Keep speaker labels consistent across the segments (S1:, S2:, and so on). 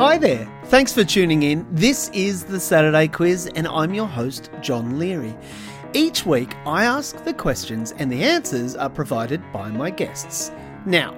S1: Hi there. Thanks for tuning in. This is the Saturday Quiz, and I'm your host, John Leary. Each week, I ask the questions, and the answers are provided by my guests. Now,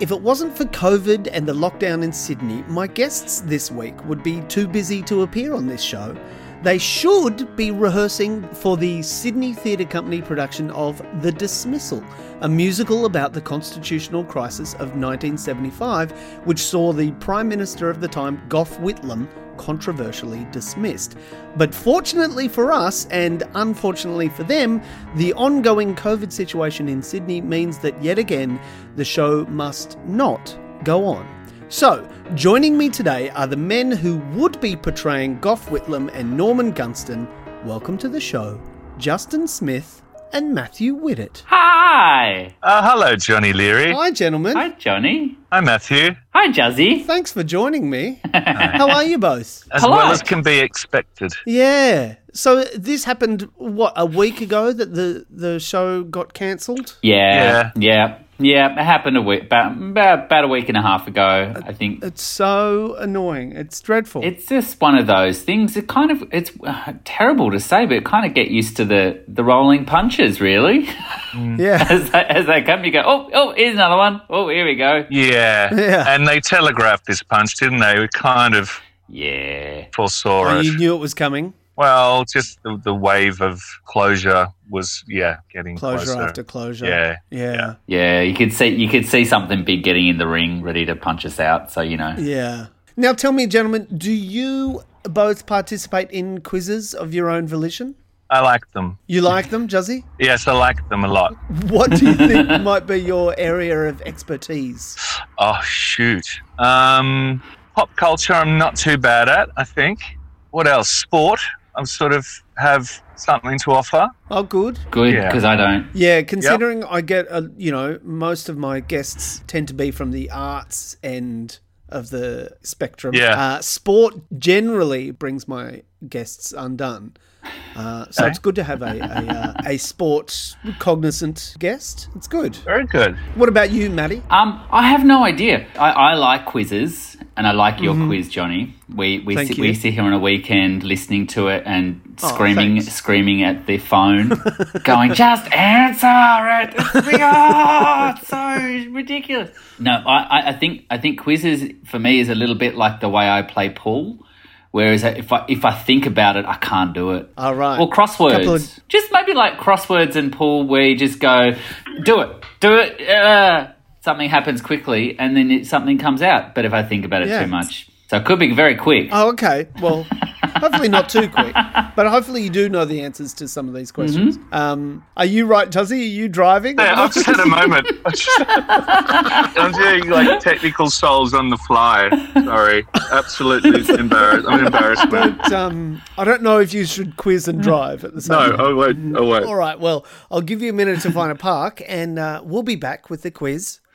S1: if it wasn't for COVID and the lockdown in Sydney, my guests this week would be too busy to appear on this show. They should be rehearsing for the Sydney Theatre Company production of The Dismissal, a musical about the constitutional crisis of 1975, which saw the Prime Minister of the time, Gough Whitlam, controversially dismissed. But fortunately for us, and unfortunately for them, the ongoing COVID situation in Sydney means that yet again the show must not go on. So, joining me today are the men who would be portraying Gough Whitlam and Norman Gunston. Welcome to the show, Justin Smith and Matthew Widdett.
S2: Hi.
S3: Uh, hello, Johnny Leary.
S1: Hi, gentlemen.
S2: Hi, Johnny.
S3: Hi, Matthew.
S2: Hi, Jazzy.
S1: Thanks for joining me. How are you both?
S3: As
S2: Hello.
S3: well as can be expected.
S1: Yeah. So this happened what a week ago that the the show got cancelled.
S2: Yeah. Yeah. Yeah. it happened a week, about, about, about a week and a half ago, I think.
S1: It's so annoying. It's dreadful.
S2: It's just one of those things. It kind of it's uh, terrible to say, but kind of get used to the the rolling punches, really.
S1: yeah.
S2: as, they, as they come, you go, oh, oh, here's another one. Oh, here we go.
S3: Yeah.
S1: Yeah.
S3: And they telegraphed this punch, didn't they? We kind of
S2: Yeah.
S3: foresaw
S1: Well,
S3: it.
S1: you knew it was coming.
S3: well, just the, the wave of closure was, yeah, getting
S1: Closure
S3: closer.
S1: after closure.
S3: Yeah.
S1: Yeah.
S2: Yeah, you could see you could see something big getting in the ring, ready to punch us out. So you know,
S1: Yeah. Now tell me, gentlemen, do you both participate in quizzes of your own volition?
S3: I like them.
S1: You like them, Juzzy?
S3: Yes, I like them a lot.
S1: What do you think might be your area of expertise?
S3: Oh, shoot. Um, pop culture, I'm not too bad at, I think. What else? Sport, I'm sort of have something to offer.
S1: Oh, good.
S2: good
S3: Yeah.
S2: because I don't.
S1: Yeah, considering I get a, you know, most of my guests tend to be from the arts end of the spectrum.
S3: Yeah.
S1: Uh, sport generally brings my guests undone. Uh, so it's good to have a a, uh, a sport cognizant guest. It's good.
S3: Very good.
S1: What about you, Maddie?
S2: Um, I have no idea. I, I like quizzes, and I like your quiz, Johnny. We we
S1: Mm-hmm. Thank
S2: sit,
S1: you. Oh,
S2: we sit here on a weekend listening to it and screaming
S1: thanks.
S2: screaming at the phone, going just answer it. It's the- oh, it's so ridiculous. No, I, I, I think I think quizzes for me is a little bit like the way I play pool. Whereas if I if I think about it, I can't do it.
S1: All right.
S2: Or
S1: Couple
S2: crosswords.
S1: of-
S2: Just maybe like crosswords and pool where you just go, do it, do it. Uh, something happens quickly and then it, something comes out. But if I think about it
S1: Yeah.
S2: too much, so it could be very quick.
S1: Oh, okay. Well, hopefully not too quick, but hopefully you do know the answers to some of these
S3: Mm-hmm.
S1: questions. Um, are you right, Tuzzy? Are you driving?
S3: Yeah, I've just had a moment. I just- I'm doing like technical souls on the fly. Sorry, absolutely embarrassed. I'm embarrassed. man.
S1: But, um, I don't know if you should quiz and drive at the same
S3: Mm. No,
S1: time.
S3: I won't. I
S1: All
S3: won't.
S1: right. Well, I'll give you a minute to find a park, and uh, we'll be back with the quiz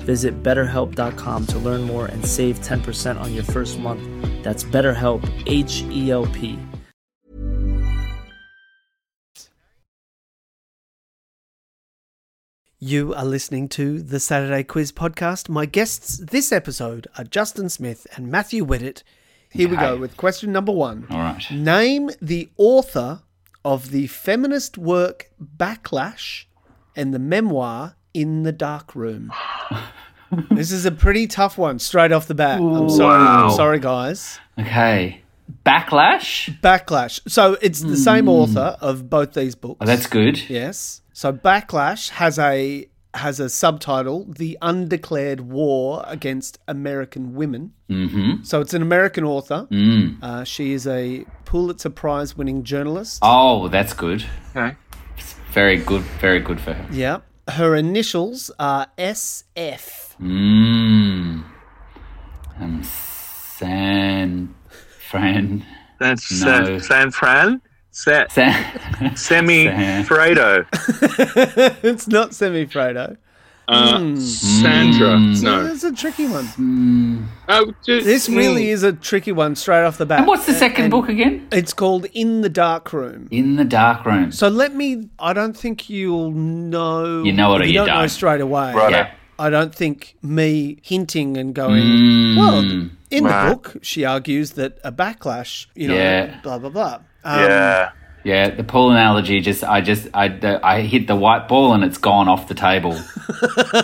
S4: Visit betterhelp.com to learn more and save 10% on your first month. That's BetterHelp, H E L P.
S1: You are listening to the Saturday Quiz podcast. My guests this episode are Justin Smith and Matthew Widdett. Here we
S2: Okay.
S1: go with question number one.
S2: All right.
S1: Name the author of the feminist work Backlash and the memoir In the Dark Room. this is a pretty tough one straight off the bat. I'm sorry.
S3: Wow.
S1: I'm sorry, guys.
S2: Okay. Backlash.
S1: Backlash. So it's the same author of both these books.
S2: Hmm. Oh, that's good.
S1: Yes. So Backlash has a has a subtitle, The Undeclared War Against American Women. Mm-hmm. So it's an American author.
S2: Mm.
S1: Uh, she is a Pulitzer Prize winning journalist.
S2: Oh, that's good.
S3: Okay.
S2: Very good. Very good for her.
S1: Yeah. Her initials are SF.
S2: Hmm. Mmm. Um, San Fran.
S3: That's
S2: No.
S3: San, San Fran. Sa-
S2: San.
S3: Semi
S2: San-
S3: Fredo.
S1: it's not semi Fredo.
S5: Uh, Sandra. No.
S1: It's a tricky one.
S5: Oh, just,
S1: This
S3: hmm.
S1: really is a tricky one straight off the bat.
S2: And what's the second book again?
S1: It's called In the Dark Room.
S2: In the Dark Room.
S1: So let me. I don't think you'll know.
S2: You know it or
S1: if
S2: you
S1: don't, know
S2: don't.
S1: straight away.
S3: Right.
S2: yeah.
S1: I don't think me hinting and going.
S2: Mm. Mmm.
S1: Well, in the book, she argues that a backlash. You know,
S2: Yeah.
S1: blah blah blah. Um,
S3: Yeah.
S2: Yeah, the pool analogy. Just I just I the- I hit the white ball and it's gone off the table.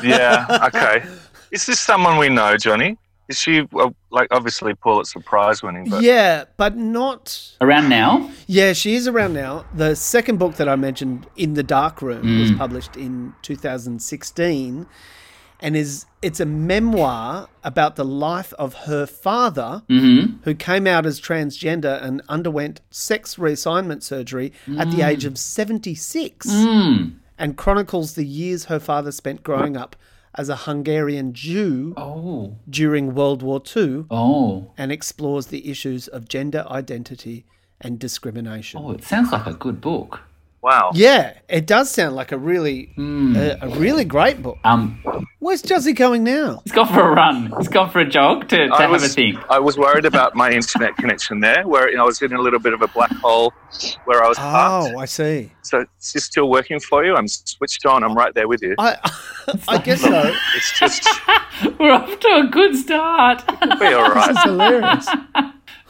S3: Yeah. Okay. Is this someone we know, Johnny? Is she uh, like obviously Pulitzer Prize winning? But
S1: Um, Yeah, but not
S2: Around now,
S1: Yeah, she is around now. The second book that I mentioned, In the Dark Room, was published in 2016 and is it's a memoir about the life of her father who came out as transgender and underwent sex reassignment surgery at the age of 76 and chronicles the years her father spent growing up as a Hungarian Jew
S2: oh
S1: during World War II
S2: oh
S1: and explores the issues of gender identity and discrimination.
S2: oh, it sounds like a good book.
S3: wow.
S1: Yeah, it does sound like a really,
S2: Hmm.
S1: a, a really great book.
S2: Um,
S1: Where's Juzzy going now?
S2: it's gone for a run. It's gone for a jog to, to
S3: I
S2: have
S3: was,
S2: a think.
S3: I was worried about my internet connection there, where you know, I was in a little bit of a black hole where I was parked.
S1: Oh, I see.
S3: So it's just still working for you. I'm switched on. I'm right there with you.
S1: I, I guess so.
S3: It's just
S2: We're off to a good start.
S3: it'll be all
S1: It's
S3: right.
S1: hilarious.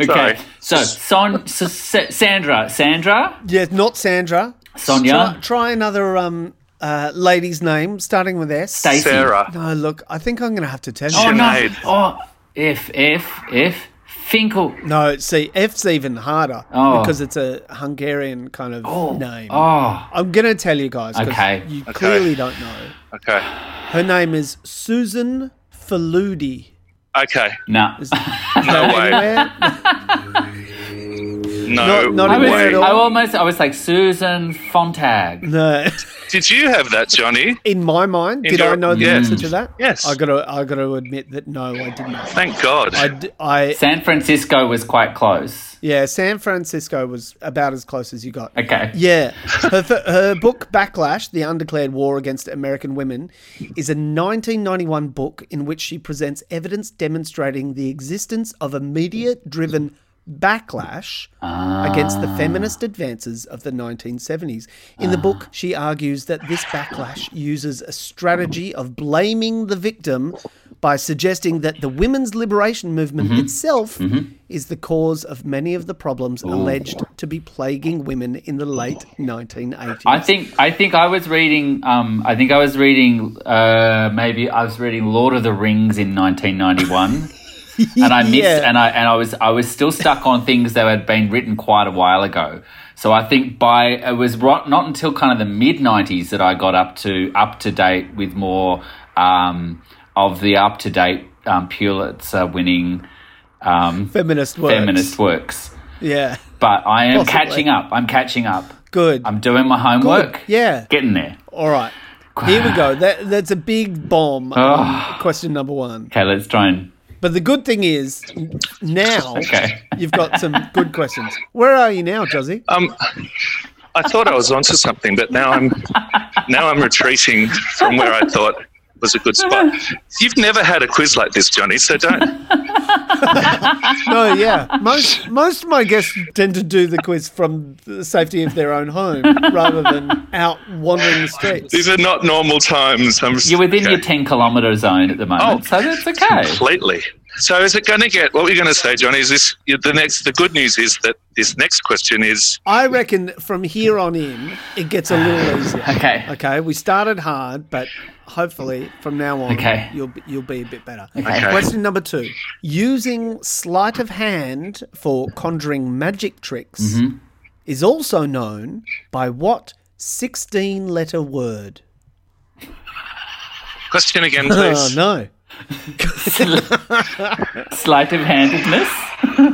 S2: okay,
S3: Sorry.
S2: so Son so, Sa- Sandra Sandra
S1: Yeah, not Sandra. Try,
S2: Sonia
S1: try another um, uh, lady's name starting with S.
S2: Stacy.
S3: Sarah.
S1: No, look, I think I'm going to have to tell
S2: Oh
S1: you.
S2: no!
S3: Sinead.
S2: Oh F F F Finkel.
S1: No, see, F's even harder
S2: Oh.
S1: because it's a Hungarian kind of
S2: Oh,
S1: name.
S2: Oh
S1: I'm going to tell you guys because
S2: Okay.
S1: you clearly don't know.
S3: Okay.
S1: Her name is Susan Faludi.
S3: Okay.
S2: no!
S3: No way.
S1: Anywhere?
S3: No.
S1: Not- not
S2: I
S1: in
S2: was,
S1: Wait.
S2: I almost I was like Susan Fontag.
S1: No.
S3: Did you have that, Johnny?
S1: In my mind,
S3: In
S1: did
S3: your-
S1: I know the
S3: Yes.
S1: answer to that?
S3: Yes.
S1: I gotta, I gotta admit that no, I didn't.
S3: Thank God.
S1: I, d- I-
S2: San Francisco was quite close.
S1: yeah, San Francisco was about as close as you got.
S2: Okay.
S1: Yeah, her, f- her book Backlash: The Undeclared War Against American Women is a 1991 book in which she presents evidence demonstrating the existence of a media-driven backlash against
S2: Ah.
S1: the feminist advances of the 1970s. In the book, she argues that this backlash uses a strategy of blaming the victim by suggesting that the women's liberation movement
S2: Mm-hmm.
S1: itself is the cause of many of the problems alleged to be plaguing women in the late 1980s.
S2: I think I think I was reading um I think I was reading uh maybe I was reading Lord of the Rings in 1991 and I missed
S1: Yeah.
S2: and I and I was I was still stuck on things that had been written quite a while ago. So I think by it was ro- not until kind of the mid 90s that I got up to up to date with more um of the up to date um, Pulitzer winning um,
S1: feminist works.
S2: feminist works.
S1: Yeah.
S2: But I am
S1: Possibly.
S2: catching up. I'm catching up.
S1: Good.
S2: I'm doing my homework.
S1: Yeah.
S2: Getting there.
S1: All right. Here we go. That, that's a big bomb.
S2: Ah.
S1: on Question number one.
S2: Okay, let's try and.
S1: But the good thing is n- now
S2: Okay.
S1: you've got some good questions. Where are you now, Juzzy?
S3: Um, I thought I was onto something, but now I'm now I'm retreating from where I thought was a good spot. You've never had a quiz like this, Johnny, so don't.
S1: No, yeah. Most most of my guests tend to do the quiz from the safety of their own home rather than out wandering the streets.
S3: These are not normal times. I'm
S2: You're within
S3: okay.
S2: your 10 kilometre zone at the moment,
S3: Oh.
S2: so that's okay.
S3: completely. So is it going to get? What we're going to say, Johnny, is this the next? The good news is that this next question is
S1: I reckon from here on in, it gets a little easier.
S2: Okay.
S1: Okay, we started hard, but hopefully from now on,
S2: Okay.
S1: you'll be- you'll be a bit better.
S2: Okay.
S1: Question number two: Using sleight of hand for conjuring magic tricks
S3: Mm-hmm.
S1: is also known by what sixteen-letter word?
S3: question again,
S1: Oh
S3: please.
S1: no!
S2: Sleight of handedness.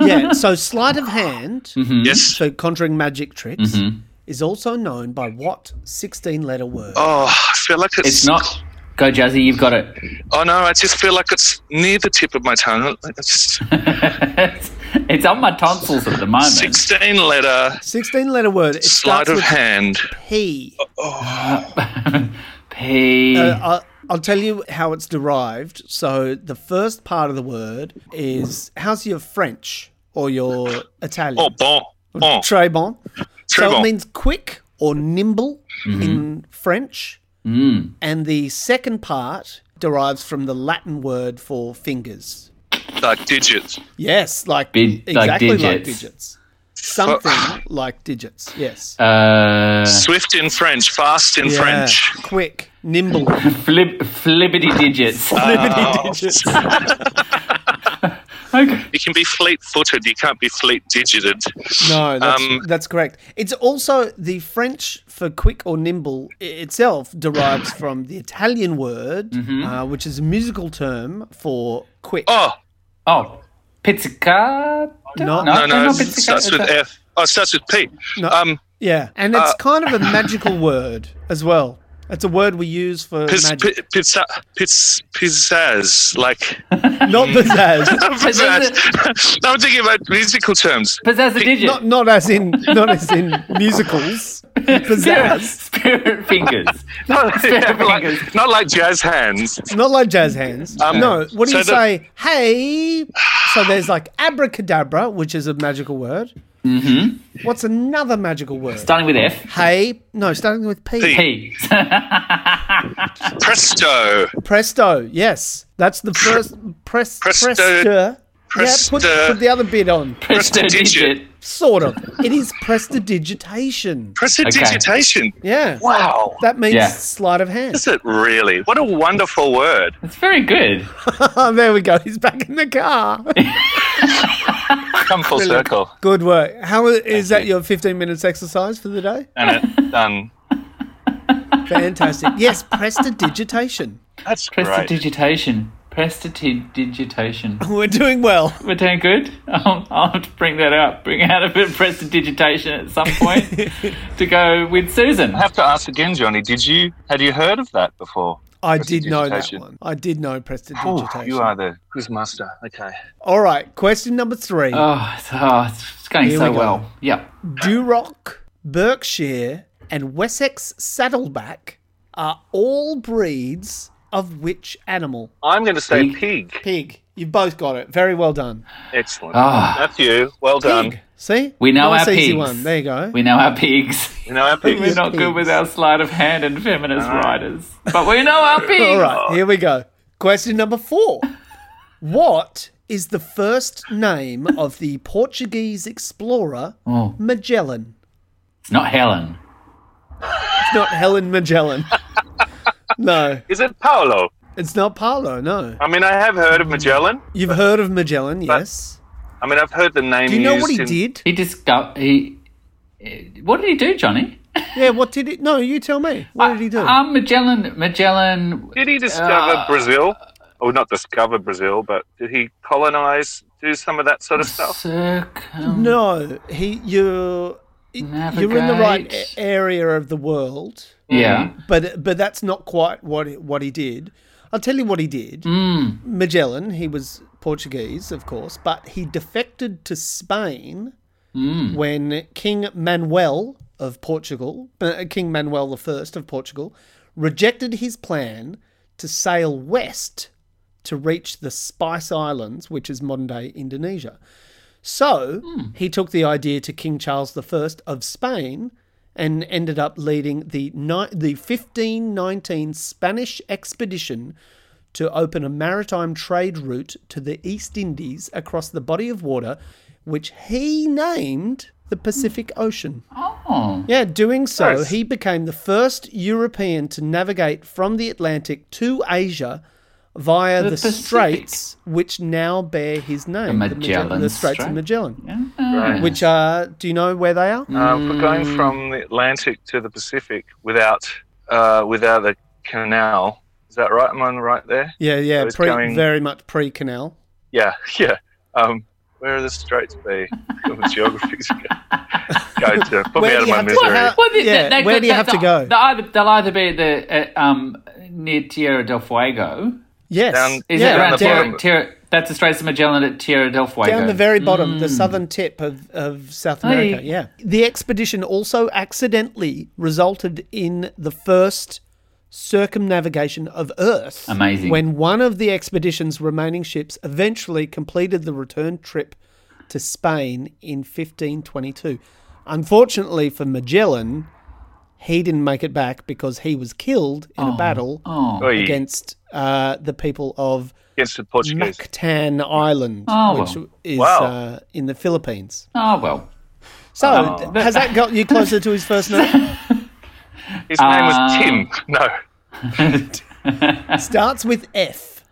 S1: Yeah, so sleight of hand,
S3: Mm-hmm. Yes.
S1: so conjuring magic tricks,
S3: Mm-hmm.
S1: is also known by what sixteen-letter word?
S3: Oh, I feel like it's,
S2: It's not. Go, Jazzy. You've got it.
S3: Oh no, I just feel like it's near the tip of my tongue. It's
S2: it's, it's on my tonsils at the moment.
S3: sixteen letter
S1: Sixteen-letter word. It
S3: sleight
S1: starts
S3: of
S1: with
S3: hand.
S1: P.
S2: P.
S1: Uh, I'll, I'll tell you how it's derived. So the first part of the word is how's your French or your Italian?
S3: Oh, bon, bon.
S1: Très bon.
S3: Très
S1: so it
S3: bon.
S1: means quick or nimble in French.
S2: Mm-hmm. Mm.
S1: And the second part derives from the Latin word for fingers.
S3: Like digits.
S1: Yes, like
S2: Big- like
S1: exactly like
S2: digits.
S1: digits.
S3: Oh.
S1: Something like digits. Yes.
S2: uh,
S3: Swift in French, fast in
S1: Yeah,
S3: French.
S1: Quick, nimble.
S2: flib, flibbity digits.
S1: digits.
S2: Oh. okay.
S3: You can be fleet footed, you can't be fleet digited.
S1: No, that's,
S3: Um,
S1: that's correct. It's also the French for quick or nimble i- itself derives from the Italian word, uh, which is a musical term for quick.
S3: Mm-hmm. Oh,
S2: Oh, pizzicato.
S1: No,
S3: no, no, it
S2: pizzicato.
S3: starts with F. Oh, it starts with P.
S1: No.
S3: Um,
S1: Yeah, and it's
S3: Uh,
S1: kind of a magical word as well. It's a word we use for
S3: Piz,
S1: magic.
S3: pi- pizza, piz, pizzazz, like
S1: not pizzazz.
S3: pizzazz. no, I'm thinking about musical terms.
S2: Possess a digit.
S1: not not as in not as in musicals.
S2: Spirit,
S1: Pizzazz.
S2: spirit fingers.
S3: No, yeah, but
S2: fingers.
S3: like, not like jazz hands.
S1: Not like jazz hands.
S3: Um,
S1: no. What do
S3: so
S1: you
S3: the-
S1: say? Hey. So there's like abracadabra, which is a magical word. Mm-hmm. What's another magical word?
S2: Starting with F.
S1: hey. No, starting with P.
S3: P.
S2: P.
S3: Presto.
S1: Presto. Yes, that's the first. Press.
S3: Presto.
S1: Prester. Yeah.
S3: Prester.
S1: Put, put the other bit on.
S2: Presto digit.
S3: digit.
S1: Sort of. It is prestidigitation.
S3: Prestidigitation.
S1: Yeah.
S3: Wow.
S1: That means
S2: Yeah.
S1: sleight of hand.
S3: Is it really? What a wonderful word.
S2: It's very good.
S1: Oh, there we go. He's back in the car.
S3: Come full circle.
S1: Good work. How is that your 15 minutes exercise for the day?
S3: And it done.
S1: Fantastic. Yes, prestidigitation.
S3: That's great.
S2: Prestidigitation. Prestidigitation.
S1: We're doing well.
S2: We're doing good. I'll, I'll have to bring that up. Bring out a bit of prestidigitation at some point to go with Susan.
S3: I have to ask again, Johnny. Did you had you heard of that before?
S1: I did know that
S3: Prestidigitation.
S1: one. I did know
S3: Oh,
S1: prestidigitation.
S3: you are the quiz master. Okay.
S1: All right. Question number three.
S2: Oh, it's, oh, it's it's going
S1: Here
S2: so
S1: we go.
S2: well. Yeah.
S1: Duroc, Berkshire, and Wessex Saddleback are all breeds of which animal?
S3: I'm going to say
S2: Pig.
S3: pig.
S1: Pig. You've both got it. Very well done.
S3: Excellent.
S2: Ah.
S3: That's you. Well done.
S1: Pig. See?
S2: We know
S1: nice
S2: our
S1: easy
S2: pigs.
S1: one. There you go.
S2: We know our pigs.
S3: You know, our pig.
S2: We're not good with our sleight of hand and feminist writers, but we know our pigs.
S1: All right, here we go. Question number four. What is the first name of the Portuguese explorer
S2: Oh,
S1: Magellan?
S2: it's not Helen.
S1: It's not Helen Magellan. No,
S3: Is it Paolo?
S1: it's not Paolo, no.
S3: I mean, I have heard of Magellan.
S1: You've heard of Magellan, yes.
S3: I mean, I've heard the name.
S1: Do you know what he
S3: used in-
S1: did?
S2: He discovered. He. eh, What did he do, Johnny?
S1: Yeah, what did he No, you tell me. What did he do?
S2: Um, Magellan. Magellan.
S3: Did he discover Brazil? Or not discover Brazil, but did he colonize, do some of that sort of stuff?
S2: Circum.
S1: No, he you you're in the right
S2: Navigate.
S1: a- area of the world,
S2: Yeah.
S1: but but that's not quite what he, what he did. I'll tell you what he did.
S2: Mm.
S1: Magellan, he was Portuguese, of course, but he defected to Spain
S2: Mm.
S1: when King Manuel of Portugal, uh, King Manuel I of Portugal, rejected his plan to sail west to reach the Spice Islands, which is modern day Indonesia. So
S2: Hmm.
S1: he took the idea to King Charles I of Spain and ended up leading the, ni- the 1519 Spanish expedition to open a maritime trade route to the East Indies across the body of water, which he named the
S2: Hmm.
S1: Pacific Ocean.
S2: Oh.
S1: Yeah, doing so,
S3: Nice.
S1: he became the first European to navigate from the Atlantic to Asia via the,
S2: The Pacific.
S1: straits which now bear his name
S2: The
S1: Mage-
S2: Magellan
S1: the straits of
S2: Strait.
S1: Magellan.
S2: Right.
S1: Which are, do you know where they are?
S3: Uh, if we're
S1: Mm.
S3: going from the Atlantic to the Pacific without uh, without a canal. Is that right? Am I on the right there?
S1: Yeah, yeah,
S3: So it's
S1: pre,
S3: going-
S1: very much pre canal.
S3: Yeah, yeah. Um, where are the straits be? Film and geography's go- going to put me
S1: Where
S3: out
S1: do
S3: of
S1: you
S3: my
S1: have to-
S3: misery.
S1: how-
S2: Well, they-
S1: Yeah,
S2: they-
S1: where
S2: they-
S1: do you
S2: they-
S1: have to
S2: they'll-
S1: go?
S2: They'll either, they'll either be the uh, um, near Tierra del Fuego.
S1: Yes.
S3: Down-
S2: Is
S1: yeah,
S2: it around
S3: the
S1: down,
S2: Tierra, Tierra? That's the Straits of Magellan at Tierra del Fuego.
S1: down the very bottom, the southern tip of, of South America.
S2: Mm. Hey.
S1: Yeah. The expedition also accidentally resulted in the first circumnavigation of Earth.
S2: Amazing.
S1: When one of the expedition's remaining ships eventually completed the return trip to Spain in 1522. Unfortunately for Magellan, he didn't make it back because he was killed in
S2: Oh,
S1: a battle
S3: Oi,
S1: against uh, the people of
S3: against the Portuguese.
S1: Mactan Island,
S2: Oh,
S1: which is
S3: Wow.
S1: uh, in the Philippines.
S2: Oh well.
S1: So, th- has that got you closer to his first name?
S3: His name was Tim.
S1: Ah.
S3: No,
S1: Starts with F.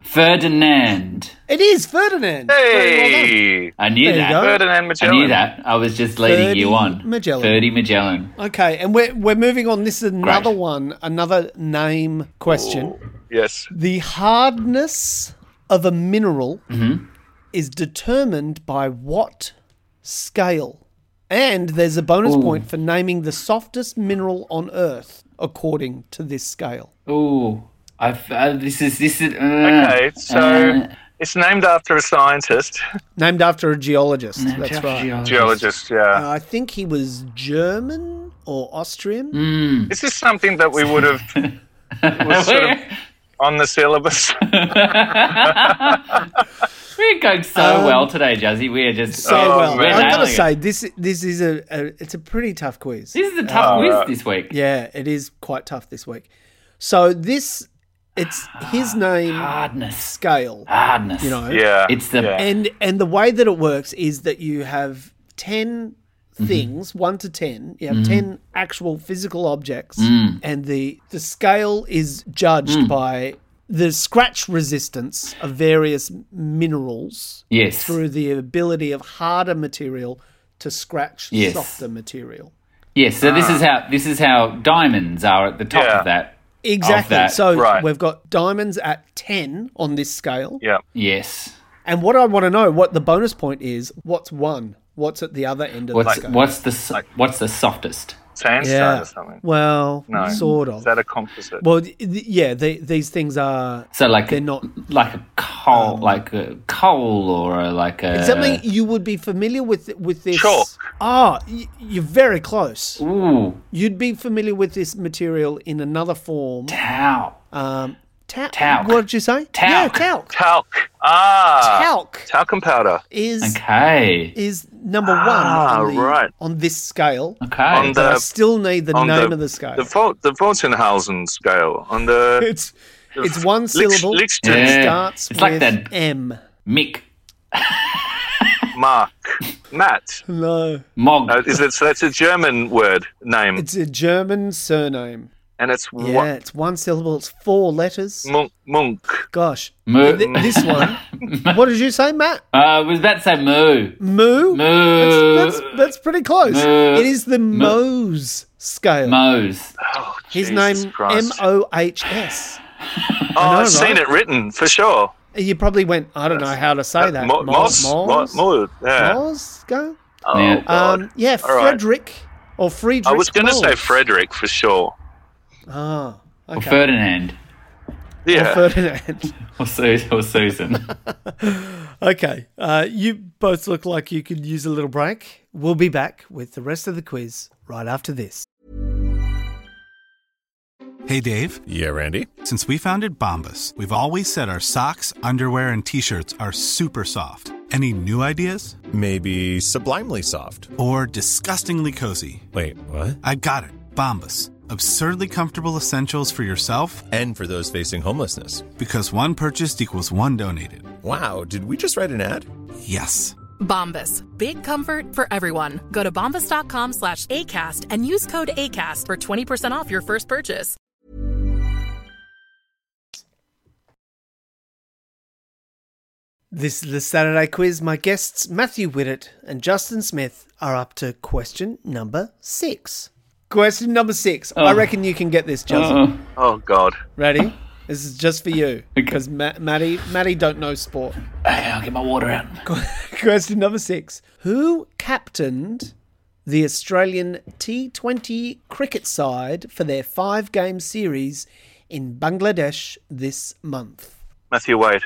S2: Ferdinand.
S1: It is Ferdinand. Very well done.
S3: hey,
S2: I knew
S1: There you
S2: that.
S1: go.
S3: Ferdinand
S2: I
S3: Magellan.
S2: knew that. I was just leading
S1: Ferdy
S2: you on.
S1: Magellan.
S2: Ferdy Magellan.
S1: Okay, and we're, we're moving on. This is another
S2: Great.
S1: one, another name question.
S3: Yes.
S1: The hardness of a mineral is determined by what scale? And there's a bonus point for naming the softest mineral on Earth according to this scale.
S2: Ooh. I've, uh, this is this is. Uh,
S3: Okay, so
S2: uh,
S3: it's named after a scientist,
S1: Named after a geologist. That's right.
S3: geologist. Yeah.
S1: I think he was German or Austrian.
S3: Is this something that we would have was sort of on the syllabus?
S2: We're going so well today, Jazzy. We are just
S1: So well,
S2: we're
S1: Um, I've got to
S2: nailing it.
S1: say this this is a, a it's a pretty tough quiz.
S2: this is a tough quiz this week.
S1: Yeah, it is quite tough this week. So this it's his name
S2: Hardness,
S1: scale,
S2: hardness.
S1: you know.
S3: yeah.
S2: it's the
S3: Yeah.
S1: And and the way that it works is that you have 10 things, 1 to 10. You have 10 actual physical objects and the the scale is judged by the scratch resistance of various minerals
S2: yes.
S1: through the ability of harder material to scratch
S2: Yes.
S1: softer material.
S2: Yes, so this is how this is how diamonds are at the top
S3: Ah. Yeah.
S2: of that.
S1: Exactly.
S2: that.
S1: So
S3: Right.
S1: we've got diamonds at 10 on this scale.
S3: yeah.
S2: Yes.
S1: And what I want to know, what the bonus point is, what's one? What's at the other end of the
S2: What's
S1: scale?
S2: what's the s what's the softest?
S3: Sandstone
S1: Yeah.
S3: or something.
S1: Well,
S3: No.
S1: sort of.
S3: Is that a composite?
S1: well, th- th- yeah, they, these things are.
S2: So like
S1: They're not. Um,
S2: like a coal, like a coal or a, like a
S1: Something you would be familiar with with this.
S3: Chalk.
S1: Ah, y- you're very close.
S2: Ooh,
S1: You'd be familiar with this material in another form.
S2: how?
S1: Um, ta-
S2: Talc.
S1: What did you say?
S2: Talc.
S1: Yeah, talc.
S3: Talc. Ah.
S1: Talc
S3: Talcum powder.
S1: is
S2: Okay,
S1: is number one
S3: Ah,
S1: on, the,
S3: right.
S1: on this scale.
S2: okay.
S3: On
S1: But I
S3: the-
S1: still need the
S3: on
S1: name
S3: the-
S1: of the scale.
S3: The Vo- the Voltenhausen scale on the
S1: it's it's one
S3: Lich-
S1: syllable.
S3: Lichten
S2: Yeah.
S1: Starts
S2: It's like
S1: with
S2: that-
S1: M.
S2: Mick
S3: Mark Matt.
S1: No,
S2: Mog.
S3: Uh, is it, so that's a German word name,
S1: it's a German surname.
S3: and it's
S1: Yeah,
S3: what
S1: it's one syllable. It's four letters.
S3: Munk. Munk.
S1: Gosh,
S2: Moo.
S1: Th- this one. what did you say, Matt?
S2: uh, I was about to say moo.
S1: Moo.
S2: Moo.
S1: That's, that's, that's pretty close.
S2: Moo.
S1: It is the Mohs scale.
S2: Mo's.
S3: Oh,
S1: His
S3: Jesus
S1: name M
S3: Christ.
S1: O H S.
S3: Oh,
S1: know,
S3: I've
S1: right?
S3: seen it written for sure.
S1: You probably went. I don't know how to say that.
S3: Uh, Mo-
S1: Mo-
S3: Moss.
S1: Mohs?
S3: Mo- yeah.
S1: Mohs scale.
S3: Oh,
S2: Yeah.
S3: God.
S1: Um, yeah,
S3: All right.
S1: Frederick or Friedrich.
S3: I was going to
S1: Moles.
S3: say Frederick for sure.
S1: Ah,
S2: Or
S1: okay.
S2: Ferdinand.
S3: Yeah.
S1: Ferdinand.
S2: Or, Su- or Susan.
S1: okay, uh, you both look like you could use a little break. We'll be back with the rest of the quiz right after this.
S6: Hey Dave,
S7: Yeah, Randy.
S6: since we founded Bombus, we've always said our socks, underwear, and t shirts are super soft. Any new ideas?
S7: Maybe sublimely soft.
S6: Or disgustingly cozy?
S7: Wait, what?
S6: I got it, Bombus. Absurdly comfortable essentials for yourself
S7: and for those facing homelessness.
S6: because one purchased equals one donated.
S7: Wow, did we just write an ad?
S6: Yes.
S8: Bombas. Big comfort for everyone. Go to bombas.com slash ACAST and use code ACAST for 20% off your first purchase.
S1: This is the Saturday quiz. My guests, Matthew Widdett and Justin Smith, are up to question number six. Question number six. I
S2: Oh.
S1: reckon you can get this, Justin.
S2: Oh,
S3: Oh God.
S1: Ready? This is just for you because Maddie, Maddie don't know sport.
S2: okay, I'll get my water out.
S1: Question number six. Who captained the Australian T20 cricket side for their five game series in Bangladesh this month?
S3: Matthew Wade.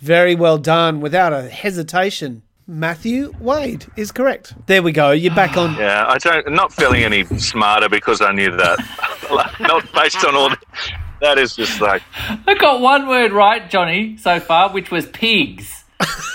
S1: Very well done without a hesitation. Matthew Wade is correct. There we go. You're back on.
S3: Yeah, I don't. Not feeling any smarter because I knew that. Like, not based on all. The, that is just like
S2: I got one word right, Johnny, so far, which was pigs.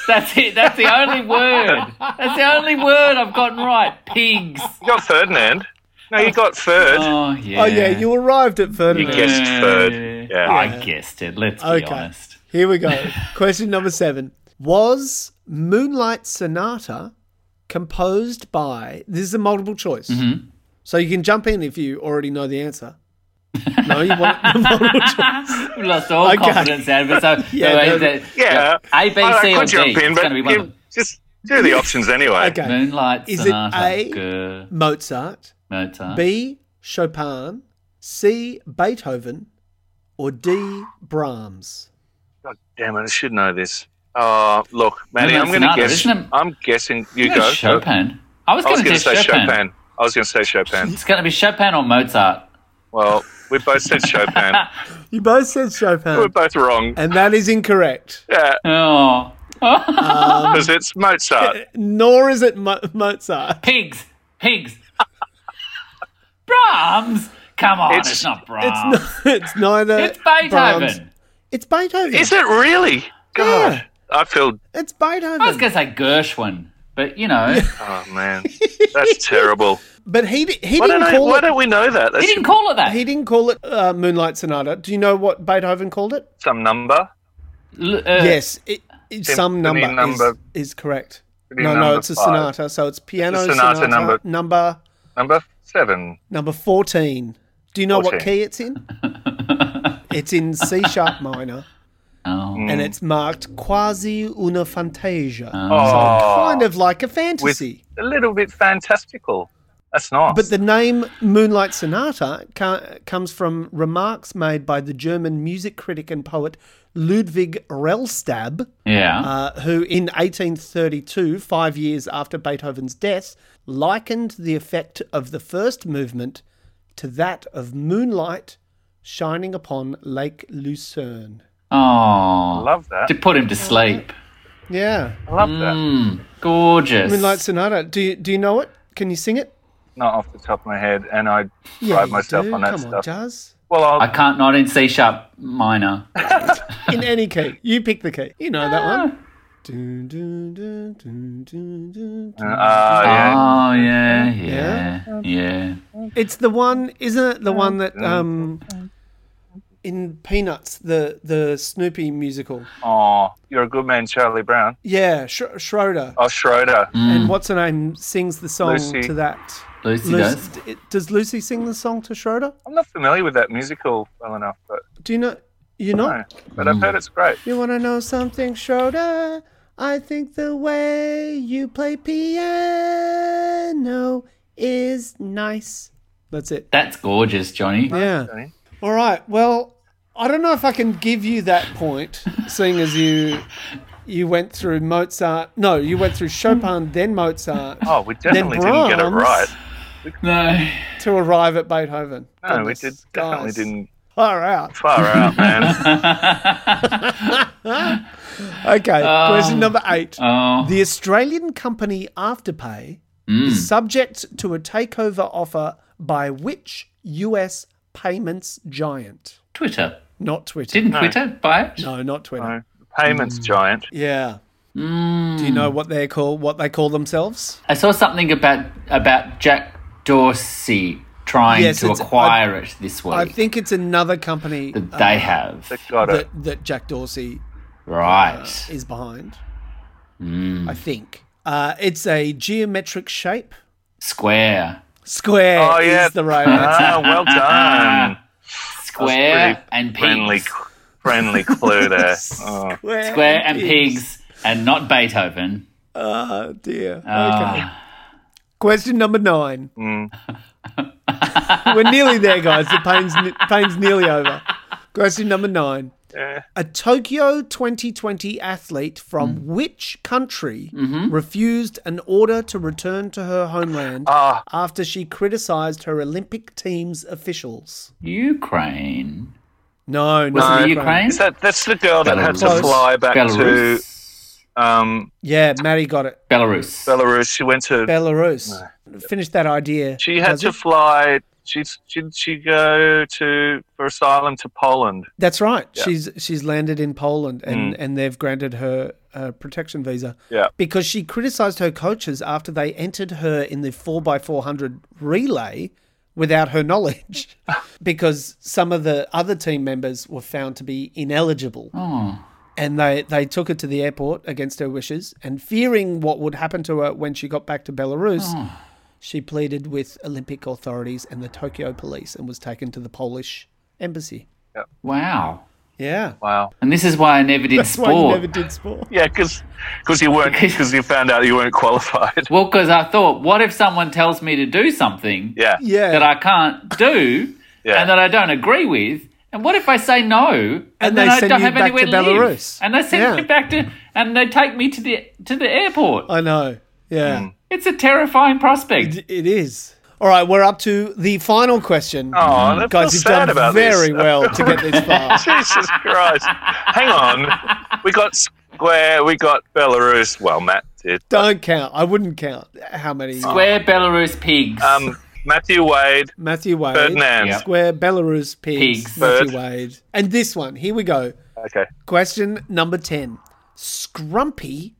S2: That's it. That's the only word. That's the only word I've gotten right. Pigs.
S3: you got Ferdinand. No, you got third.
S2: Oh yeah.
S1: Oh, yeah. You arrived at
S3: you
S1: Ferdinand.
S3: guessed third. Yeah.
S2: I guessed it. Let's be
S1: Okay.
S2: honest.
S1: Here we go. Question number seven. Was Moonlight Sonata composed by. This is a multiple choice.
S2: Mm-hmm.
S1: So you can jump in if you already know the answer. No, you want the multiple choice.
S2: We lost all
S1: Okay.
S2: confidence out of it. So
S1: Yeah,
S2: so
S1: no,
S2: is it-
S3: Yeah.
S2: A, B,
S3: I- I
S2: C, or
S3: could
S2: D.
S3: jump in,
S2: It's
S3: but
S2: gonna be one of
S3: you-
S2: them.
S3: just do the options anyway.
S1: Okay.
S2: Moonlight
S1: Is it
S2: Sonata.
S1: A?
S2: Good.
S1: Mozart,
S2: Mozart.
S1: B. Chopin, C. Beethoven, or D. Brahms?
S3: God damn it! I should know this. Uh, look, Maddie,
S2: No,
S3: I'm
S2: it's
S3: going to
S2: another,
S3: guess.
S2: isn't it?
S3: I'm guessing you
S2: No,
S3: go.
S2: Chopin. I was
S3: I was
S2: going
S3: going
S2: to
S3: to say
S2: Chopin.
S3: Chopin. I was going to say Chopin.
S2: It's going to be Chopin or Mozart.
S3: Well, we both said Chopin.
S1: You both said
S3: we are
S1: Chopin.
S3: both wrong
S1: And that is incorrect.
S3: Yeah,
S2: Oh,
S3: because it's Mozart.
S1: Nor is it Mo- Mozart.
S2: pigs, pigs. Brahms. Come on, it's,
S3: It's-
S2: not
S1: It's,
S2: Brahms.
S1: not, it's neither.
S2: It's Beethoven.
S1: Brahms- It's Beethoven.
S3: Is it really? God,
S1: Yeah.
S3: I feel.
S1: It's Beethoven.
S2: I was going to say Gershwin, but you know,
S3: Oh man, that's terrible.
S1: But he di- he
S3: Why
S1: didn't
S3: don't, I,
S1: call
S3: why
S1: it.
S3: don't we know that?
S2: he
S3: That's
S2: didn't call it that.
S1: He didn't call it uh, Moonlight Sonata. Do you know what Beethoven called it?
S3: some number.
S2: L- uh,
S1: yes, it, it- some
S3: Symphony
S1: number,
S3: number-
S1: Is, is correct.
S3: Symphony
S1: No, no,
S3: number
S1: it's a
S3: five.
S1: sonata. So it's piano
S3: sonata
S1: sonata number
S3: number-
S1: number
S3: Number seven.
S1: number fourteen. Do you know what
S3: 14.
S1: key it's in? it's in C sharp minor,
S2: Oh.
S1: and it's marked quasi una fantasia,
S3: Oh,
S1: kind of like a
S3: with
S1: fantasy.
S3: a little bit fantastical. That's nice.
S1: But the name Moonlight Sonata ca- comes from remarks made by the German music critic and poet Ludwig Rellstab,
S2: Yeah.
S1: uh, who in 1832, five years after Beethoven's death, likened the effect of the first movement to that of moonlight shining upon Lake Lucerne.
S3: I
S2: oh.
S3: love that.
S2: To put him to sleep.
S1: Yeah,
S3: I love that.
S2: Mm, gorgeous.
S1: Moonlight Sonata. Do you, do you know it? Can you sing it?
S3: Not off the top of my head, and I
S1: Yeah,
S3: pride
S1: you
S3: myself
S1: do.
S3: on that
S1: Come on,
S3: stuff.
S1: Jazz.
S3: well,
S2: I
S3: I'll,
S2: can't not in C sharp minor.
S1: in any key. You pick the key. You know that one. Dun, dun, dun, dun, dun, dun, dun.
S3: uh, yeah.
S2: Oh yeah,
S1: Yeah.
S2: yeah, yeah.
S1: It's the one, isn't it? The one that um, in Peanuts, the the Snoopy musical.
S3: Oh, you're a good man, Charlie Brown.
S1: Yeah, Sh- Schroeder.
S3: Oh, Schroeder.
S1: And what's her name sings the song
S3: Lucy.
S1: to that.
S2: Lucy
S1: Lucy-
S2: does.
S1: d- does Lucy sing the song to Schroeder?
S3: I'm not familiar with that musical well enough, but
S1: Do you know? You know?
S3: no, but I've heard it's great.
S1: You want to know something, Schroeder? I think the way you play piano is nice. That's it.
S2: That's gorgeous, Johnny.
S1: Yeah.
S3: Johnny.
S1: All right. Well, I don't know if I can give you that point, seeing as you you went through Mozart. No, you went through Chopin, then Mozart,
S3: Hmm. Oh, we definitely didn't get it
S1: Brahms.
S3: right.
S2: No.
S1: to arrive at Beethoven.
S3: No,
S1: Goodness,
S3: we did definitely
S1: guys.
S3: didn't.
S1: Far out.
S3: Far out, man.
S2: Uh,
S1: Okay.
S3: Um,
S1: question number eight.
S2: Oh.
S1: The Australian company Afterpay
S2: Mm.
S1: is subject to a takeover offer by which US payments giant?
S2: Twitter.
S1: Not Twitter.
S2: Didn't Twitter buy it?
S1: no, not Twitter.
S3: No, Payments
S1: Hmm.
S3: giant.
S1: Yeah.
S2: Mm,
S1: Do you
S2: Hmm.
S1: know what they call what they call themselves?
S2: I saw something about about Jack Dorsey. trying
S1: Yes,
S2: to
S1: it's- I-
S2: acquire it this week
S1: I think it's another company
S2: that
S1: uh,
S2: they have.
S3: They've got it.
S1: that, that Jack Dorsey
S2: Right.
S1: is behind.
S2: Hmm.
S1: I think uh, it's a geometric shape.
S2: Square.
S1: Square
S3: Oh, yeah.
S1: is the right
S2: Uh-huh.
S1: answer.
S3: Ah, well done.
S2: Square and pigs.
S3: Friendly, friendly clue there. Oh.
S1: Square,
S2: Square and pigs and not Beethoven.
S1: Oh dear. okay.
S2: Ah.
S1: Question number nine.
S3: Mm.
S1: We're nearly there, guys. The pain's pain's nearly over. Question number nine. A Tokyo 2020 athlete
S2: Mm.
S1: from which country
S2: Mm-hmm.
S1: refused an order to return to her homeland
S3: Ah.
S1: after she criticized her Olympic team's officials?
S2: Ukraine.
S1: No,
S2: Was
S1: not
S2: it Ukraine?
S3: Is that that's the girl that had
S1: Belarus.
S3: to fly back
S2: Belarus.
S3: to um,
S1: Yeah, Maddie got it.
S2: Belarus.
S3: Belarus? She went to.
S1: Belarus. Finish that idea.
S3: she had
S1: does
S3: to
S1: it?
S3: fly. She she she go to for asylum to Poland.
S1: That's right. She's she's landed in Poland and, and they've granted her a protection visa.
S3: Yeah.
S1: Because she criticized her coaches after they entered her in the 4x400 relay without her knowledge because some of the other team members were found to be ineligible.
S2: Oh.
S1: And they, they took her to the airport against her wishes and fearing what would happen to her when she got back to Belarus. She pleaded with Olympic authorities and the Tokyo police and was taken to the Polish embassy.
S2: Wow.
S1: Yeah.
S3: Wow.
S2: And this is why I never did
S1: That's why
S2: sport.
S1: you never did sport.
S3: Yeah, because you weren't because you found out you weren't qualified.
S2: Well, because I thought, what if someone tells me to do something
S3: Yeah.
S1: Yeah.
S2: that I can't do
S3: Yeah.
S2: and that I don't agree with? And what if I say no and,
S1: And
S2: then
S1: they
S2: I
S1: send
S2: don't
S1: you
S2: have
S1: back
S2: anywhere
S1: to
S2: live?
S1: Belarus.
S2: And they send
S1: Yeah.
S2: me back to and they take me to the to the airport.
S1: I know.
S3: Hmm.
S1: Yeah.
S2: It's a terrifying prospect.
S1: It- it is. All right, we're up to the final question.
S3: Oh, that
S1: Guys,
S3: feels
S1: you've
S3: sad
S1: done
S3: about this.
S1: very well to get this far.
S3: Jesus Christ! Hang on. We got Square. We got Belarus. Well, Matt did.
S1: Don't count. I wouldn't count how many.
S2: Square Belarus pigs.
S3: Um, Matthew Wade,
S1: Matthew Wade.
S3: Ferdinand.
S2: Yeah.
S1: Square, Belarus, pigs,
S2: Pigs.
S1: Matthew
S3: Bird.
S1: Wade. And this one. Here we go.
S3: Okay.
S1: Question number 10. Scrumpy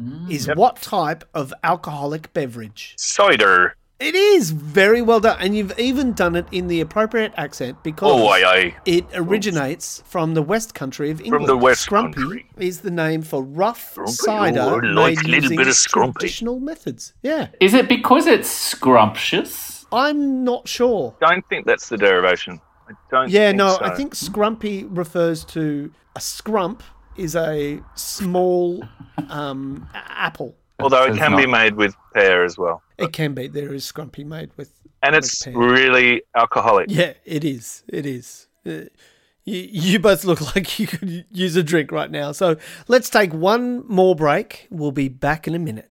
S3: Mm.
S1: is what type of alcoholic beverage?
S3: Cider.
S1: It is very well done. And you've even done it in the appropriate accent because.
S3: Oh, aye, aye.
S1: It originates from the West Country of England.
S3: the West
S1: scrumpy
S3: Country.
S1: is the name for rough
S3: oh,
S1: cider
S3: I
S1: made
S3: like a little
S1: using
S3: bit of scrumpy.
S1: traditional methods. Yeah,
S2: is it because it's scrumptious?
S1: I'm not sure.
S3: Don't think that's the derivation. I don't.
S1: Yeah,
S3: think
S1: no,
S3: so.
S1: I think scrumpy refers to a scrump is a small um, a- apple.
S3: Although it
S2: It's
S3: can be
S2: not.
S3: made with pear as well,
S1: It can be. There is scrumpy made with.
S3: and
S1: with
S3: it's
S1: pear.
S3: really alcoholic.
S1: yeah, it is. It is. Uh, You, you both look like you could use a drink right now. So let's take one more break. We'll be back in a minute.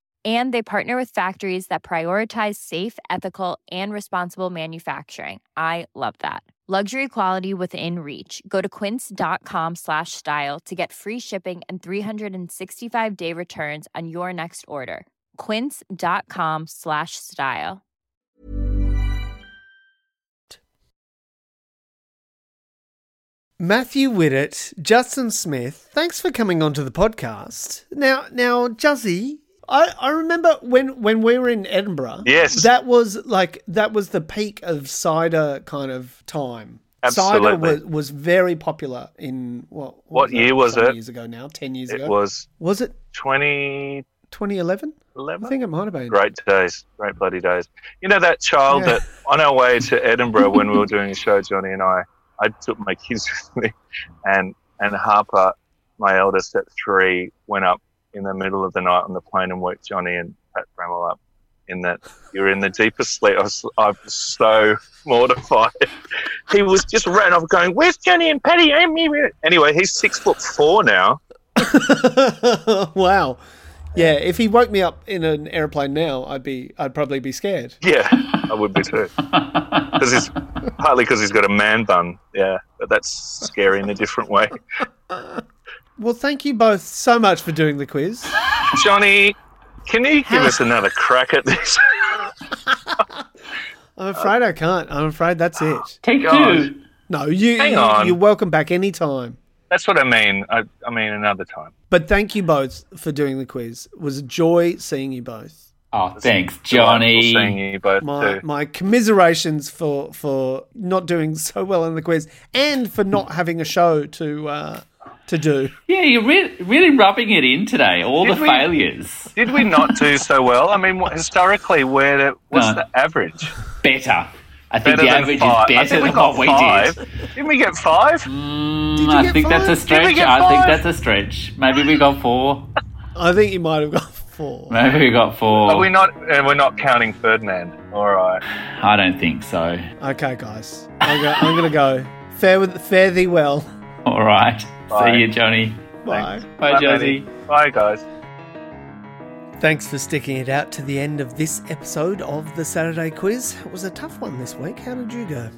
S9: And they partner with factories that prioritize safe, ethical, and responsible manufacturing. I love that. Luxury quality within reach. Go to quince.com slash style to get free shipping and 365 day returns on your next order. Quince.com slash style.
S1: Matthew Widdett, Justin Smith, thanks for coming onto the podcast. Now, now, Juzzy, I, I remember when when we were in Edinburgh.
S3: Yes.
S1: that was like that was the peak of cider kind of time. Cider
S3: Absolutely.
S1: was, was very popular in what? What,
S3: What
S1: that?
S3: year was
S1: Some
S3: it?
S1: Years ago now, ten years
S3: It
S1: ago.
S3: was
S1: Was it
S3: 2011.
S1: 2011? I think it might have been.
S3: Great days, great bloody days. You know that child
S1: Yeah.
S3: that on our way to Edinburgh when we were doing a show, Johnny and I, I took my kids with me, and and Harper, my eldest at three, went up in the middle of the night on the plane and woke Johnny and Pat Bramwell up. In that you're in the deepest sleep. I was, I was so mortified. He was just ran off going, "Where's Johnny and Patty?" and me?" Anyway, he's six foot four now.
S1: wow. Yeah, if he woke me up in an airplane now, I'd be I'd probably be scared.
S3: Yeah, I would be too. Because it's partly because he's got a man bun. Yeah, but that's scary in a different way.
S1: Well, thank you both so much for doing the quiz.
S3: Johnny, can you give us another crack at this?
S1: I'm afraid I can't. I'm afraid that's it.
S2: Take
S3: God.
S2: two.
S1: No, you,
S3: Ah, Hang
S1: you-
S3: on.
S1: you're welcome back anytime.
S3: That's what I mean. I, I mean another time.
S1: But thank you both for doing the quiz. It was a joy seeing you both.
S2: Oh, thanks,
S3: Delightful Seeing
S2: Johnny.
S3: you both
S1: My
S3: too.
S1: my commiserations for for not doing so well in the quiz and for not having a show to uh, to do.
S2: Yeah, you're re- really rubbing it in today. All
S3: Did
S2: the
S3: we-
S2: failures.
S3: Did we not do so well? I mean, what, historically, where the, what's
S2: No.
S3: the average?
S2: Better. I think
S3: Better
S2: the
S3: than
S2: average
S3: five.
S2: is
S3: I think
S2: better
S3: we
S2: than
S3: got
S2: what we
S3: five.
S2: did.
S3: Didn't we get five?
S1: Did you
S2: I
S1: get
S2: think that's a
S1: five?
S3: Did we
S2: stretch.
S3: get
S2: I think
S3: five?
S2: that's a stretch. Maybe we got four.
S1: I think you might have got four.
S2: Maybe we got four.
S3: Are we not? And we're not counting Ferdinand. All right.
S2: I don't think so.
S1: Okay, guys, I'm gonna, I'm gonna go. Fare with fare thee well.
S2: All right.
S3: Bye.
S2: See you, Johnny.
S1: Bye.
S2: Bye, Josie.
S3: Manny. Bye, guys.
S1: Thanks for sticking it out to the end of this episode of the Saturday Quiz. It was a tough one this week. How did you go?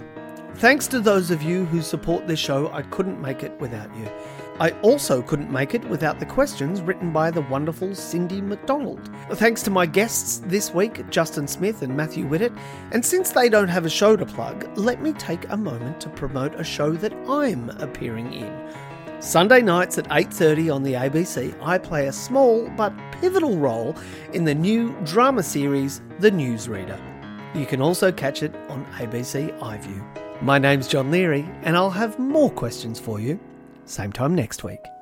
S1: Thanks to those of you who support this show, I couldn't make it without you. I also couldn't make it without the questions written by the wonderful Cindy McDonald. Thanks to my guests this week, Justin Smith and Matthew Widdett. And since they don't have a show to plug, let me take a moment to promote a show that I'm appearing in. Sunday nights at 8:30 on the ABC, I play a small but pivotal role in the new drama series The Newsreader. You can also catch it on ABC iView. My name's John Leary, and I'll have more questions for you same time next week.